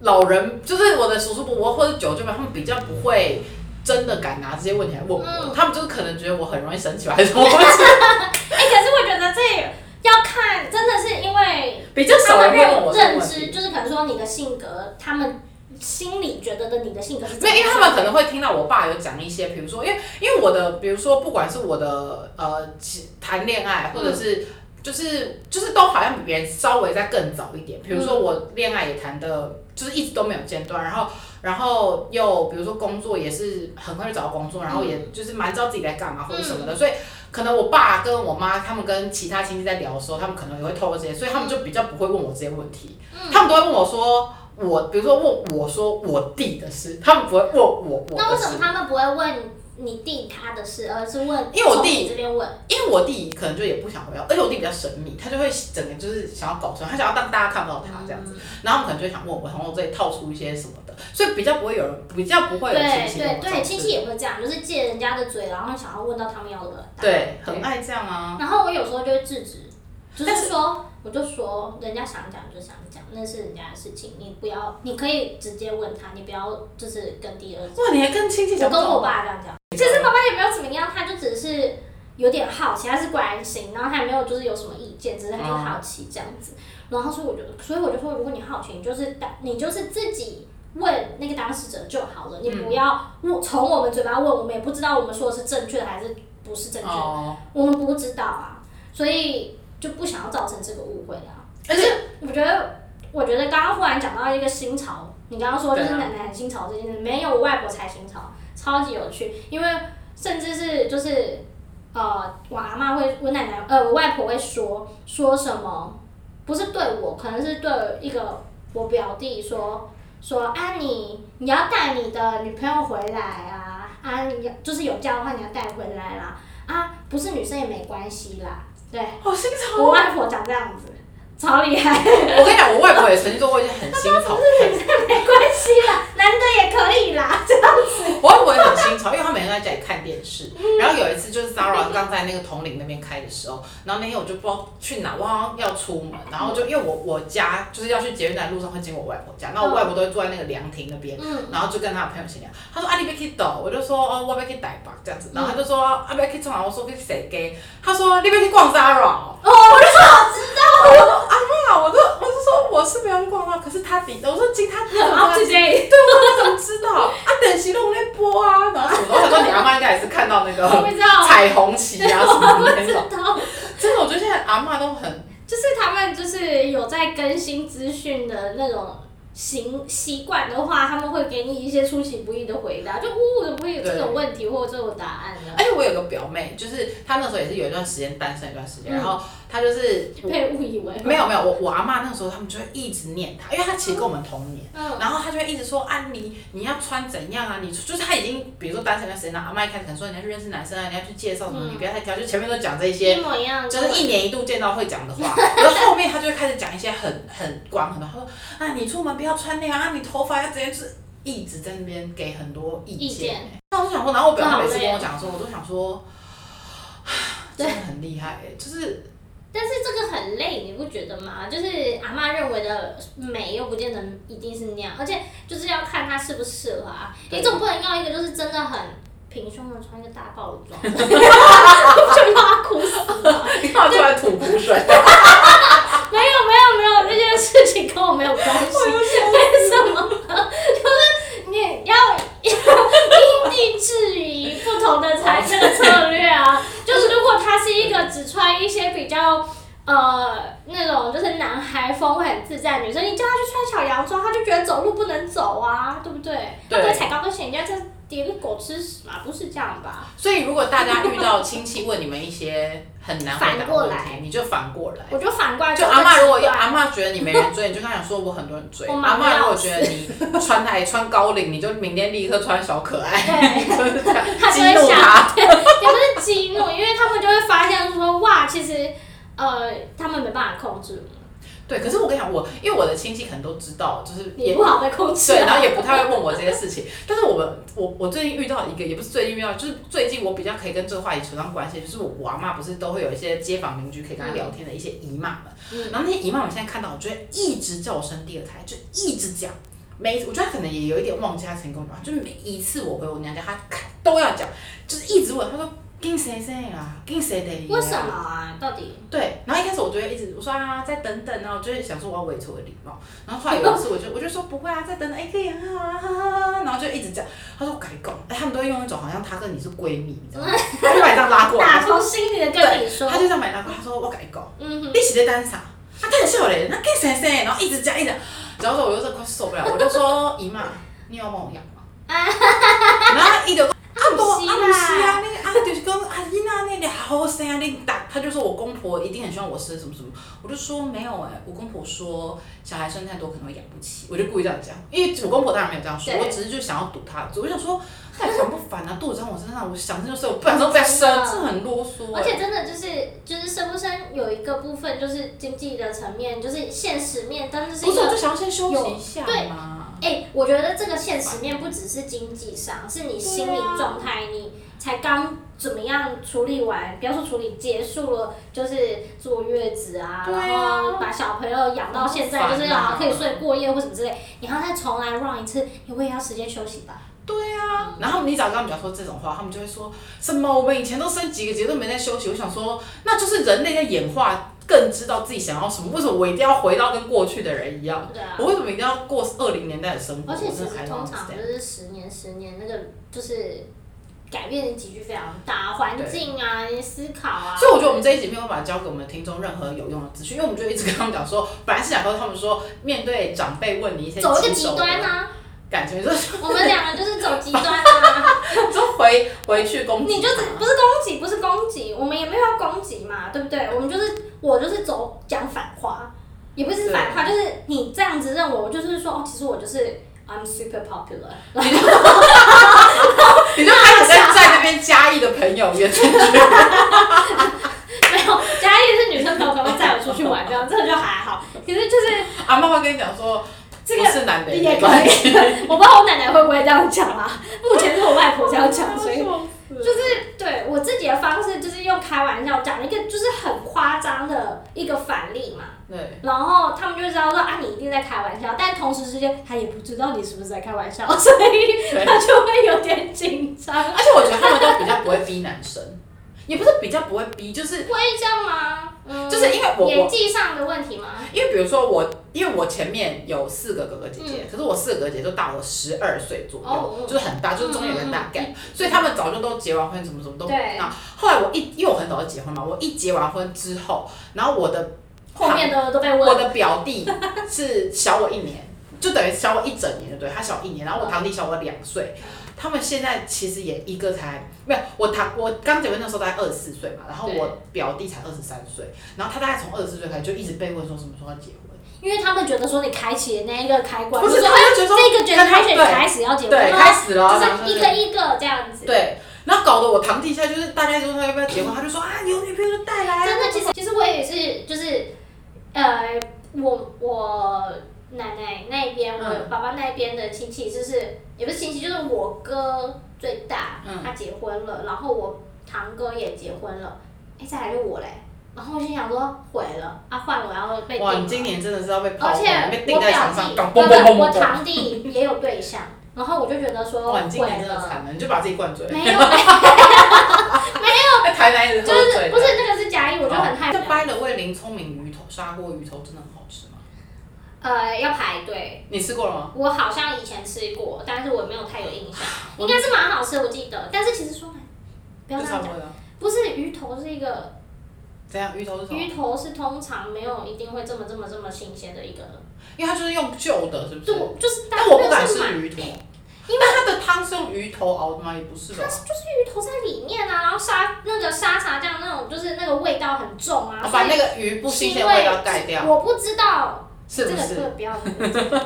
老人，就是我的叔叔伯伯或者舅舅们，他们比较不会真的敢拿这些问题来问我，嗯他们就是可 能觉得我很容易生气吧还是什么东西。哎、可是我觉得这也要看，真的是因为比较他少们人会问认我这个认问知题。就是可能说你的性格，他们心里觉得的你的性格是怎没么有，因为他样们可能会听到我爸有讲一些，比如说，因为因为我的，比如说，不管是我的呃其谈恋爱，或者是、就是就是都好像比别人稍微再更早一点。比如说我恋爱也谈的，就是一直都没有间断，然后然后又比如说工作也是很快就找到工作，然后也就是蛮知道自己在干嘛或者什么的，所以可能我爸跟我妈他们跟其他亲戚在聊的时候，他们可能也会透露这些，所以他们就比较不会问我这些问题，嗯他们都会问我说。我比如说问我说我弟的事，他们不会问我我那的为事什么，他们不会问你弟他的事，而是问因为我从弟你这边问？因为我弟可能就也不想回答，而且我弟比较神秘，他就会整个就是想要搞出来，他想要让大家看不到他这样子，嗯然后他们可能就会想问我，从我这里套出一些什么的，所以比较不会有人，比较不会有亲对戚跟对我对，造亲势戚也会这样，就是借人家的嘴，然后想要问到他们要的答案。对，很爱这样啊。然后我有时候就会制止，就但是说，我就说人家想讲就想讲，那是人家的事情，你不要，你可以直接问他，你不要就是跟第二者。哇，你还跟亲戚我讲这跟种？我爸这样讲，其实爸爸也没有怎么样，他就只是有点好奇，他是关心，然后他也没有就是有什么意见，只是他就好奇这样子。然后所以我觉得，所以我就说，如果你好奇，你就是当你就是自己。问那个当事者就好了，你不要问从我们嘴巴问，我们也不知道我们说的是正确的还是不是正确的。哦，我们不知道啊，所以就不想要造成这个误会啊。而且我觉得，我觉得刚刚忽然讲到一个新潮，你刚刚说就是对啊奶奶很新潮这件事，没有我外婆才新潮，超级有趣，因为甚至是就是呃，我阿妈会，我奶奶呃，我外婆会说说什么，不是对我，可能是对一个我表弟说说啊你你要带你的女朋友回来啊啊你要就是有教的话你要带回来啦啊不是女生也没关系啦，对好新潮哦！我外婆长这样子，超厉害。 我跟你讲，我外婆也曾经做过一件很新潮的 事，没关系啦，男的也可以啦。我外婆也很新潮，因为她每天在家里看电视。嗯然后有一次就是 Zara 刚在那个铜陵那边开的时候，然后那天我就不知道去哪，我好像要出门，然后就因为我我家就是要去捷运站的路上会经过我外婆家，那我外婆都会坐在那个凉亭那边，嗯，然后就跟他的朋友闲聊，他说啊你别去抖，我就说哦我要去台北这样子，然后他就说啊不要去冲浪，我说去谁给？他说你别去逛 Zara，哦哦，我就早知我说啊妈，我就我就说我是没有去逛 Zara，可是他底，我说今他道， 然后直接对，啊我怎么知道？ 啊，等习都在播啊，然后什么的？我想说你阿妈应该也是看到那 我个不知道，彩虹旗啊什么的那知种。道， 真的，我觉得现在阿妈都很就是他们就是有在更新资讯的那种。行习惯的话，他们会给你一些出其不意的回答，就呜、怎么会有这种问题或者这种答案呢？而且我有个表妹，就是她那时候也是有一段时间单身一段时间，然后她就是被误以为没有没有，我我阿妈那时候他们就会一直念她，因为她其实跟我们同年。嗯然后她就会一直说啊，你你要穿怎样啊？你就是她已经，比如说单身一段时间，然后阿妈一开始可能说你要去认识男生啊，你要去介绍什么，嗯你不要太挑，就前面都讲这一些一模一样，就是一年一度见到会讲的话， 然后后面他就会开始讲一些很很广很多，他说啊你出门不要穿那样啊，你头发要怎样，就是一直在那边给很多意意见见。那我就想说，然后我表那好妹每次累跟我讲的时候，我都想说， 对真的很厉害、欸， 就是但是这个很累，你不觉得吗？就是阿妈认为的美，又不见得一定是那样，而且就是要看她适不适合啊。对你总不能要一个就是真的很平胸的穿一个大暴露装， 就让她哭死了。你看我突然吐苦水，没有没有没有，这件事情跟我没有关系。为什么呢？就是你要因地制宜不同的财这个策略 啊。就是如果他是一个只穿一些比较。呃，那种就是男孩风会很自在，女生你叫他去穿小洋装，他就觉得走路不能走啊，对不对？对他不会踩高跟鞋，人家这叠个狗吃屎嘛，不是这样吧？ 所以如果大家遇到亲戚问你们一些很难回答反的过问来题，你就反过来。我就反过来就阿妈，觉得如果有奇怪阿妈觉得你没人追，你就跟她讲说我很多人追。我阿忙得要妈如果觉得你穿台穿高领，你就明天立刻穿小可爱，对 就是这样她就激会怒想她。也不是激怒，因为他们就会发现说，哇，其实呃，他们没办法控制我，对，可是我跟你讲，我因为我的亲戚可能都知道，就是你也不好被 控制、对，然啊。后也不太会问我这些事情。但是我们我我最近遇到一个，也不是最近遇到，就是最近我比较可以跟这个话题扯上关系，就是我我阿妈不是都会有一些街坊邻居可以跟她聊天的一些姨妈们，嗯然后那些姨妈们现在看到我，就会一直叫我生第二胎，就一直讲。每我觉得她可能也有一点忘记她曾经跟我讲话，就是每一次我回我娘家，她看都要讲，就是一直问。她说跟谁谁啦，跟谁的？为什么？啊？到底？对，然后一开始我就会一直我说啊，再等等啊，我就会想说我要维持我的礼貌。然后后来有一次，我就我就说不会啊，再等等，哎、可以很好啊，哈哈哈哈。然后就一直这样。他说我跟你讲，哎、他们都会用一种好像他跟你是闺蜜，你知道吗？他就把你这样拉过来，打从心里的跟你说他，就这样把你拉过来，他说我跟你讲，嗯哼，你是在等啥？啊，等笑嘞，那跟谁谁？然后一直这样一直这样，然后说我就真的快受不了，我就说姨妈，你要帮我养吗？然后伊就说啊不不啊不是是啦啊，你啊就是讲啊囡仔你俩好生啊你打，他就说我公婆一定很希望我生什么什么，我就说没有哎、我公婆说小孩生太多可能会养不起，我就故意这样讲，因为我公婆当然没有这样说，对我只是就想要堵他的嘴，我就想说那也烦不烦啊，肚子在我身上，我想生就生，我不想生不要生，这很啰嗦、而欸。且真的就是就是生不生有一个部分就是经济的层面，就是现实面，但是是不一是，我个就想要先休息一下有对嘛。哎、我觉得这个现实面不只是经济上，是你心理状态，你才刚怎么样处理完，不要说处理结束了，就是坐月子啊，对啊然后把小朋友养到现在，好烦啊就是啊可以睡过夜或什么之类，你还要再重来 run 一次，你会要时间休息吧？对啊，然后你只要跟他们讲说这种话，他们就会说什么我们以前都生几个节都没在休息。我想说，那就是人类在演化，更知道自己想要什么。为什么我一定要回到跟过去的人一样？对啊。我为什么一定要过二零年代的生活？而且我其真实的还通常就是十年十年那个就是改变的急剧非常大，环境啊，你思考啊，所以我觉得我们这一集没有办法教给我们的听众任何有用的资讯，因为我们就一直跟他们讲说，本来是想告诉他们说，面对长辈问你一些走一个棘极手的端啊，感情，就是 我们两个就是走极端啊。就回回去攻击你就他只不是攻击，不是攻击，我们也没有要攻击嘛，对不对？我们就是我就是走讲反话，也不是反话，就是你这样子认为，我就是说哦，其实我就是 I'm super popular， 你就开始在在那边嘉义的朋 友约出去，没有，假如是女生朋友可能会载我出去玩，这样这个就还好。可是就是阿妈会跟你讲说，这个不是男的也没可关系，以，我不知道我奶奶会不会这样讲啊，目前是我外婆这样讲， 所以就是对我自己的方式就是用开玩笑讲一个就是很夸张的一个反例嘛。对。然后他们就知道说啊，你一定在开玩笑，但同时之间他也不知道你是不是在开玩笑，所以对他就会有点紧张。而且我觉得他们都比较不会逼男生，也不是比较不会逼，就是会这样吗？嗯，就是因为我年我。纪上的问题吗？因为比如说我，因为我前面有四个哥哥姐姐，可是我四个哥哥姐姐都大我十二岁左右，哦就是很大，就是中年人大概，所以他们早就都结完婚，什么什么都。对那后来我一，因为我很早就结婚嘛，我一结完婚之后，然后我的后面的都被我问。的表弟是小我一年，就等于小我一整年，对，他小我一年，然后我堂弟小我两岁，他们现在其实也一个才没有，我堂我刚结婚那时候大概二十四岁嘛，然后我表弟才二十三岁，然后他大概从二十四岁开始就一直被问说什么时候要结婚，因为他们觉得说你开启了那一个开关，不就是说他们就觉得说这个觉得跟他开始对开始要结婚对，了，开始了，然后就是一个一个这样子。对，然后搞得我堂弟现在就是大家就说要不要结婚，他就说啊有女朋友就带来啊，真的，其实其实我也是，就是呃，我我奶奶那边，嗯我爸爸那边的亲戚，就是、也不是亲戚，就是我哥最大，嗯他结婚了，然后我堂哥也结婚了，哎、再来就我嘞，然后我心想说毁了，啊换我要被哇，你今定了，年真的是要被而抛且被钉我在表墙弟上，不咚嘣嘣不，我嘣嘣，堂弟也有对象，然后我就觉得说哇，你今毁年真的了，惨了，你就把自己灌醉了。没有， 没有在 台南一直喝就是醉，不是那个是嘉义，我就很害这怕，掰了味林聪明鱼头砂锅鱼头真的很好吃吗？呃，要排队。你吃过了吗？我好像以前吃过，但是我没有太有印象，应该是蛮好吃，我记得。但是其实说来，不要就这差样不讲，多了。不是鱼头是一个怎样？鱼头是什么？鱼头是通常没有一定会这么这么这么新鲜的一个，因为它就是用旧的，是不？就是我就是但我不敢是吃买鱼头，因因为它的汤是用鱼头熬的吗？也不是吧它。是就是鱼头在里面啊，然后沙那个沙茶酱那种就是那个味道很重啊，我所把以那个鱼不新鲜的味道盖掉，我不知道是不这个这个是？不要，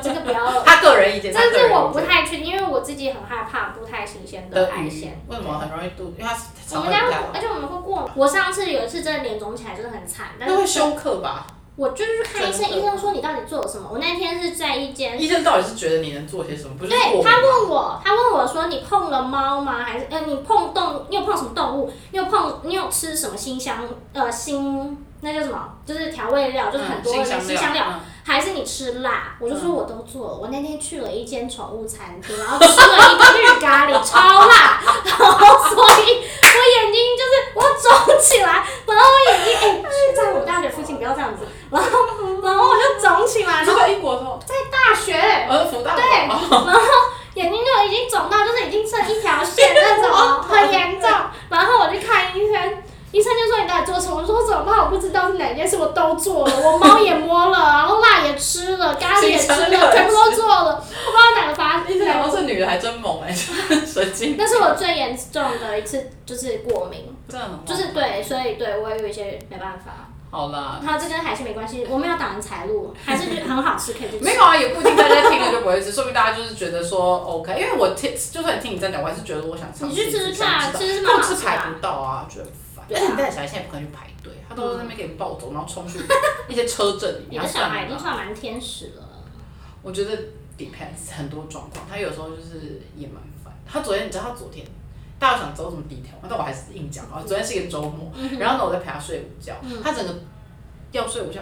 这个 不要。他个人意见，他但个人是意我不见太确定，因为我自己很害怕不太新鲜的的海鲜鱼。为什么很容易肚？因为它我肠们胃家不会太，而好，且我们会过。我上次有一次真的脸肿起来，真的很惨，但那会是休克吧？我就是去看医生，真的医生说你到底做了什么？我那天是在一间。医生到底是觉得你能做些什么？不是对过敏他问我，他问我说：“你碰了猫吗？还是呃，你碰动，你有碰什么动物？你有碰，你有吃什么新香呃新那叫什么？就是调味料，就是很嗯多新的香新香料，料，嗯还是你吃辣？我就说我都做了。我那天去了一间宠物餐厅，然后吃了一个绿咖喱，超辣，然后所以我眼睛就是我肿起来，然后我眼睛哎、是在我大学附近，不要这样子，然后然后我就肿起来，然是后在英国的时候，大学呃，福大对，然后眼睛就已经肿到就是已经剩一条线那 种哦，很严重。然后我去看医生，医生就说你到底做什么？我说我怎么办？我不知道是哪件事，我都做了，我猫也摸了，然后辣也吃了，咖喱也吃行程表了，也全部都做了，我不知道哪个发一直想哪到个哎这女的还真猛哎、 神经，那是我最严重的一次，就是过敏，真的很猛就是对，所以对我也有一些没办法。好啦，然后这跟海鲜没关系，我没有挡人财路，还是觉得很好吃，可以去吃。没有啊，也不一定大家听了就不会吃，说明大家就是觉得说 OK，因为我听就算听你这样讲，我还是觉得我想尝你试去一吃次，吃看啊，想吃知是蛮道，好吃吃的排啊。不到啊，觉得很烦。对而啊且你带小孩现在也不可能去排队，他都是在那边给你暴走，然后 冲去一些车阵里你面。的小孩算了已经吧算蛮天使了。我觉得 depends 很多状况，他有时候就是也蛮烦。他昨天你知道他昨天，大家想走什么低调嘛，但我还是硬讲啊。昨天是一个周末，然后呢我在陪他睡午觉，他整个要睡午觉，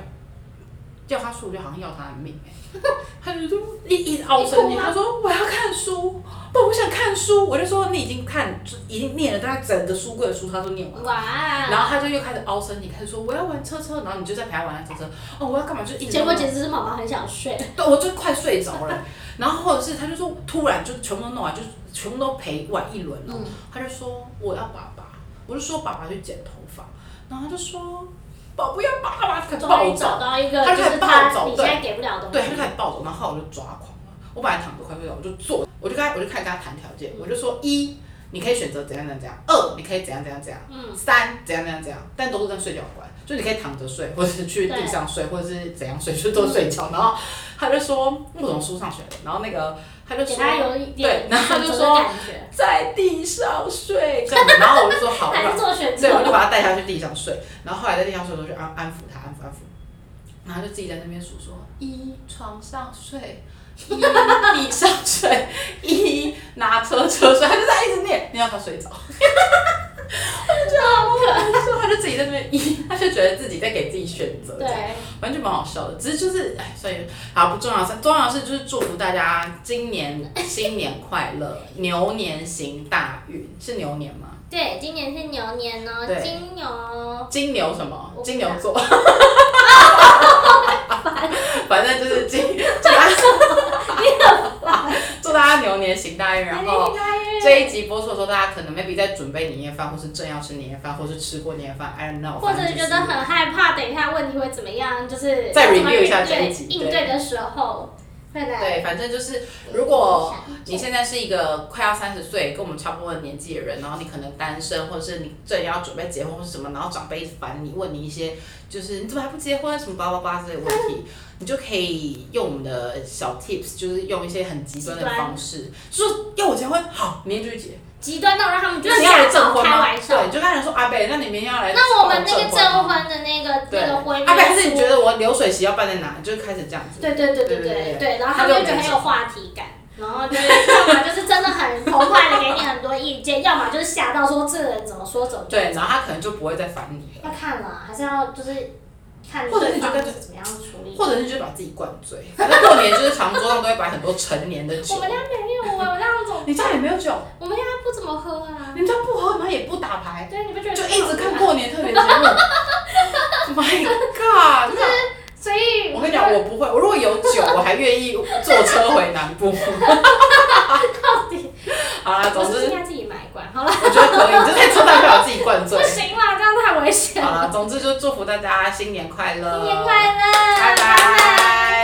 要他睡午觉好像要他的命哎、他就说一一直凹身体，你哭吗他说我要看书，不我想看书，我就说你已经看已经念了大概整个书柜的书，他都念完了。哇！然后他就又开始凹身体，开始说我要玩车车，然后你就在陪他玩车车，哦我要干嘛就一直结果简直是妈妈很想睡，对，我就快睡着了。然后或者是他就说，突然就全部都弄完，就全部都陪玩一轮了。嗯他就说我要爸爸，我就说爸爸去剪头发，然后他就说宝不要爸爸，他终暴于找走，到一个他就就开始是他暴走你对现在给不了的东对，他西就。开始暴走，然后后来我就抓狂了。我本来躺着快睡着，我就坐，我就跟他，我就开始跟他谈条件，我就说一。你可以选择怎样怎样怎样，二你可以怎样怎样怎样，嗯三怎样怎样怎样，但都是跟睡觉有关，就你可以躺着睡，或者是去地上睡，或者是怎样睡，就是嗯都睡觉。然后他就说那种书上学的，然后那个他就给说他有一对点然后他就选择说的感觉，在地上睡，这样子。然后我就说好， 还是吧，做选所以我就择。把他带下去地上睡。然后后来在地上睡的时候就安安抚他，安抚安抚，然后他就自己在那边数说一床上睡。一地上睡，一拿车车睡，他就在一直念，念到他睡着。我就觉得好可爱，所以他就自己在那边一，他就觉得自己在给自己选择。对，完全蛮好笑的，只是就是哎，所以好不重要，重要的是就是祝福大家今年新年快乐，牛年行大运，是牛年吗？对，今年是牛年哦，对金牛。金牛什么？我不知金道牛 座。 反正就是金， 祝大家祝大家 牛年行大运，然后。哎这一集播出的时候，大家可能 maybe 在准备年夜饭，或是正要吃年夜饭，或是吃过年夜饭，I don't know，或反者正就是觉得很害怕，等一下问题会怎么样，就是再要怎么 review 一下应对这一集对应对的时候，会来。对，反正就是如果你现在是一个快要三十岁，跟我们差不多的年纪的人，然后你可能单身，或者是你正要准备结婚或是什么，然后长辈一直烦你，问你一些就是你怎么还不结婚什么巴拉巴拉之类的问题，你就可以用我们的小 tips，就是用一些很极端的方式，就说要我结婚，好，明天就去结，极端到让他们觉那得你要来证婚开吗？玩笑对，。你就跟他说阿贝，那你明天要来帮那我们那证个婚吗征婚的那个对那个婚阿贝，还姻是你书觉得我流水席要办在哪？就开始这样子。对对对对对对对对对，然后他们就觉得很有话题感， 然后就是要么就是真的很澎湃的给你很多意见，要么就是吓到说这个人怎么说怎么对，然后他可能就不会再烦你了。要看了，还是要就是看或者你对就方跟是怎么样处理。或者是就把自己灌醉。反正过年就是常桌上都会摆很多成年的我酒们，家没有，我们家那种你家也没有酒，我们家不怎么喝 啊。你家不喝，然后也不打牌，对，你不觉得就一直看？过年特别节目。My God！那所以我跟你讲，我不会。我如果有酒，我还愿意坐车回南 部。到底好啦，我总是不是应之该自己买一罐，好了，我觉得可以，你就在车上就把自己灌醉不。行啦，这样太危险好了。啦，总之就祝福大家新年快乐，新年快乐，拜拜。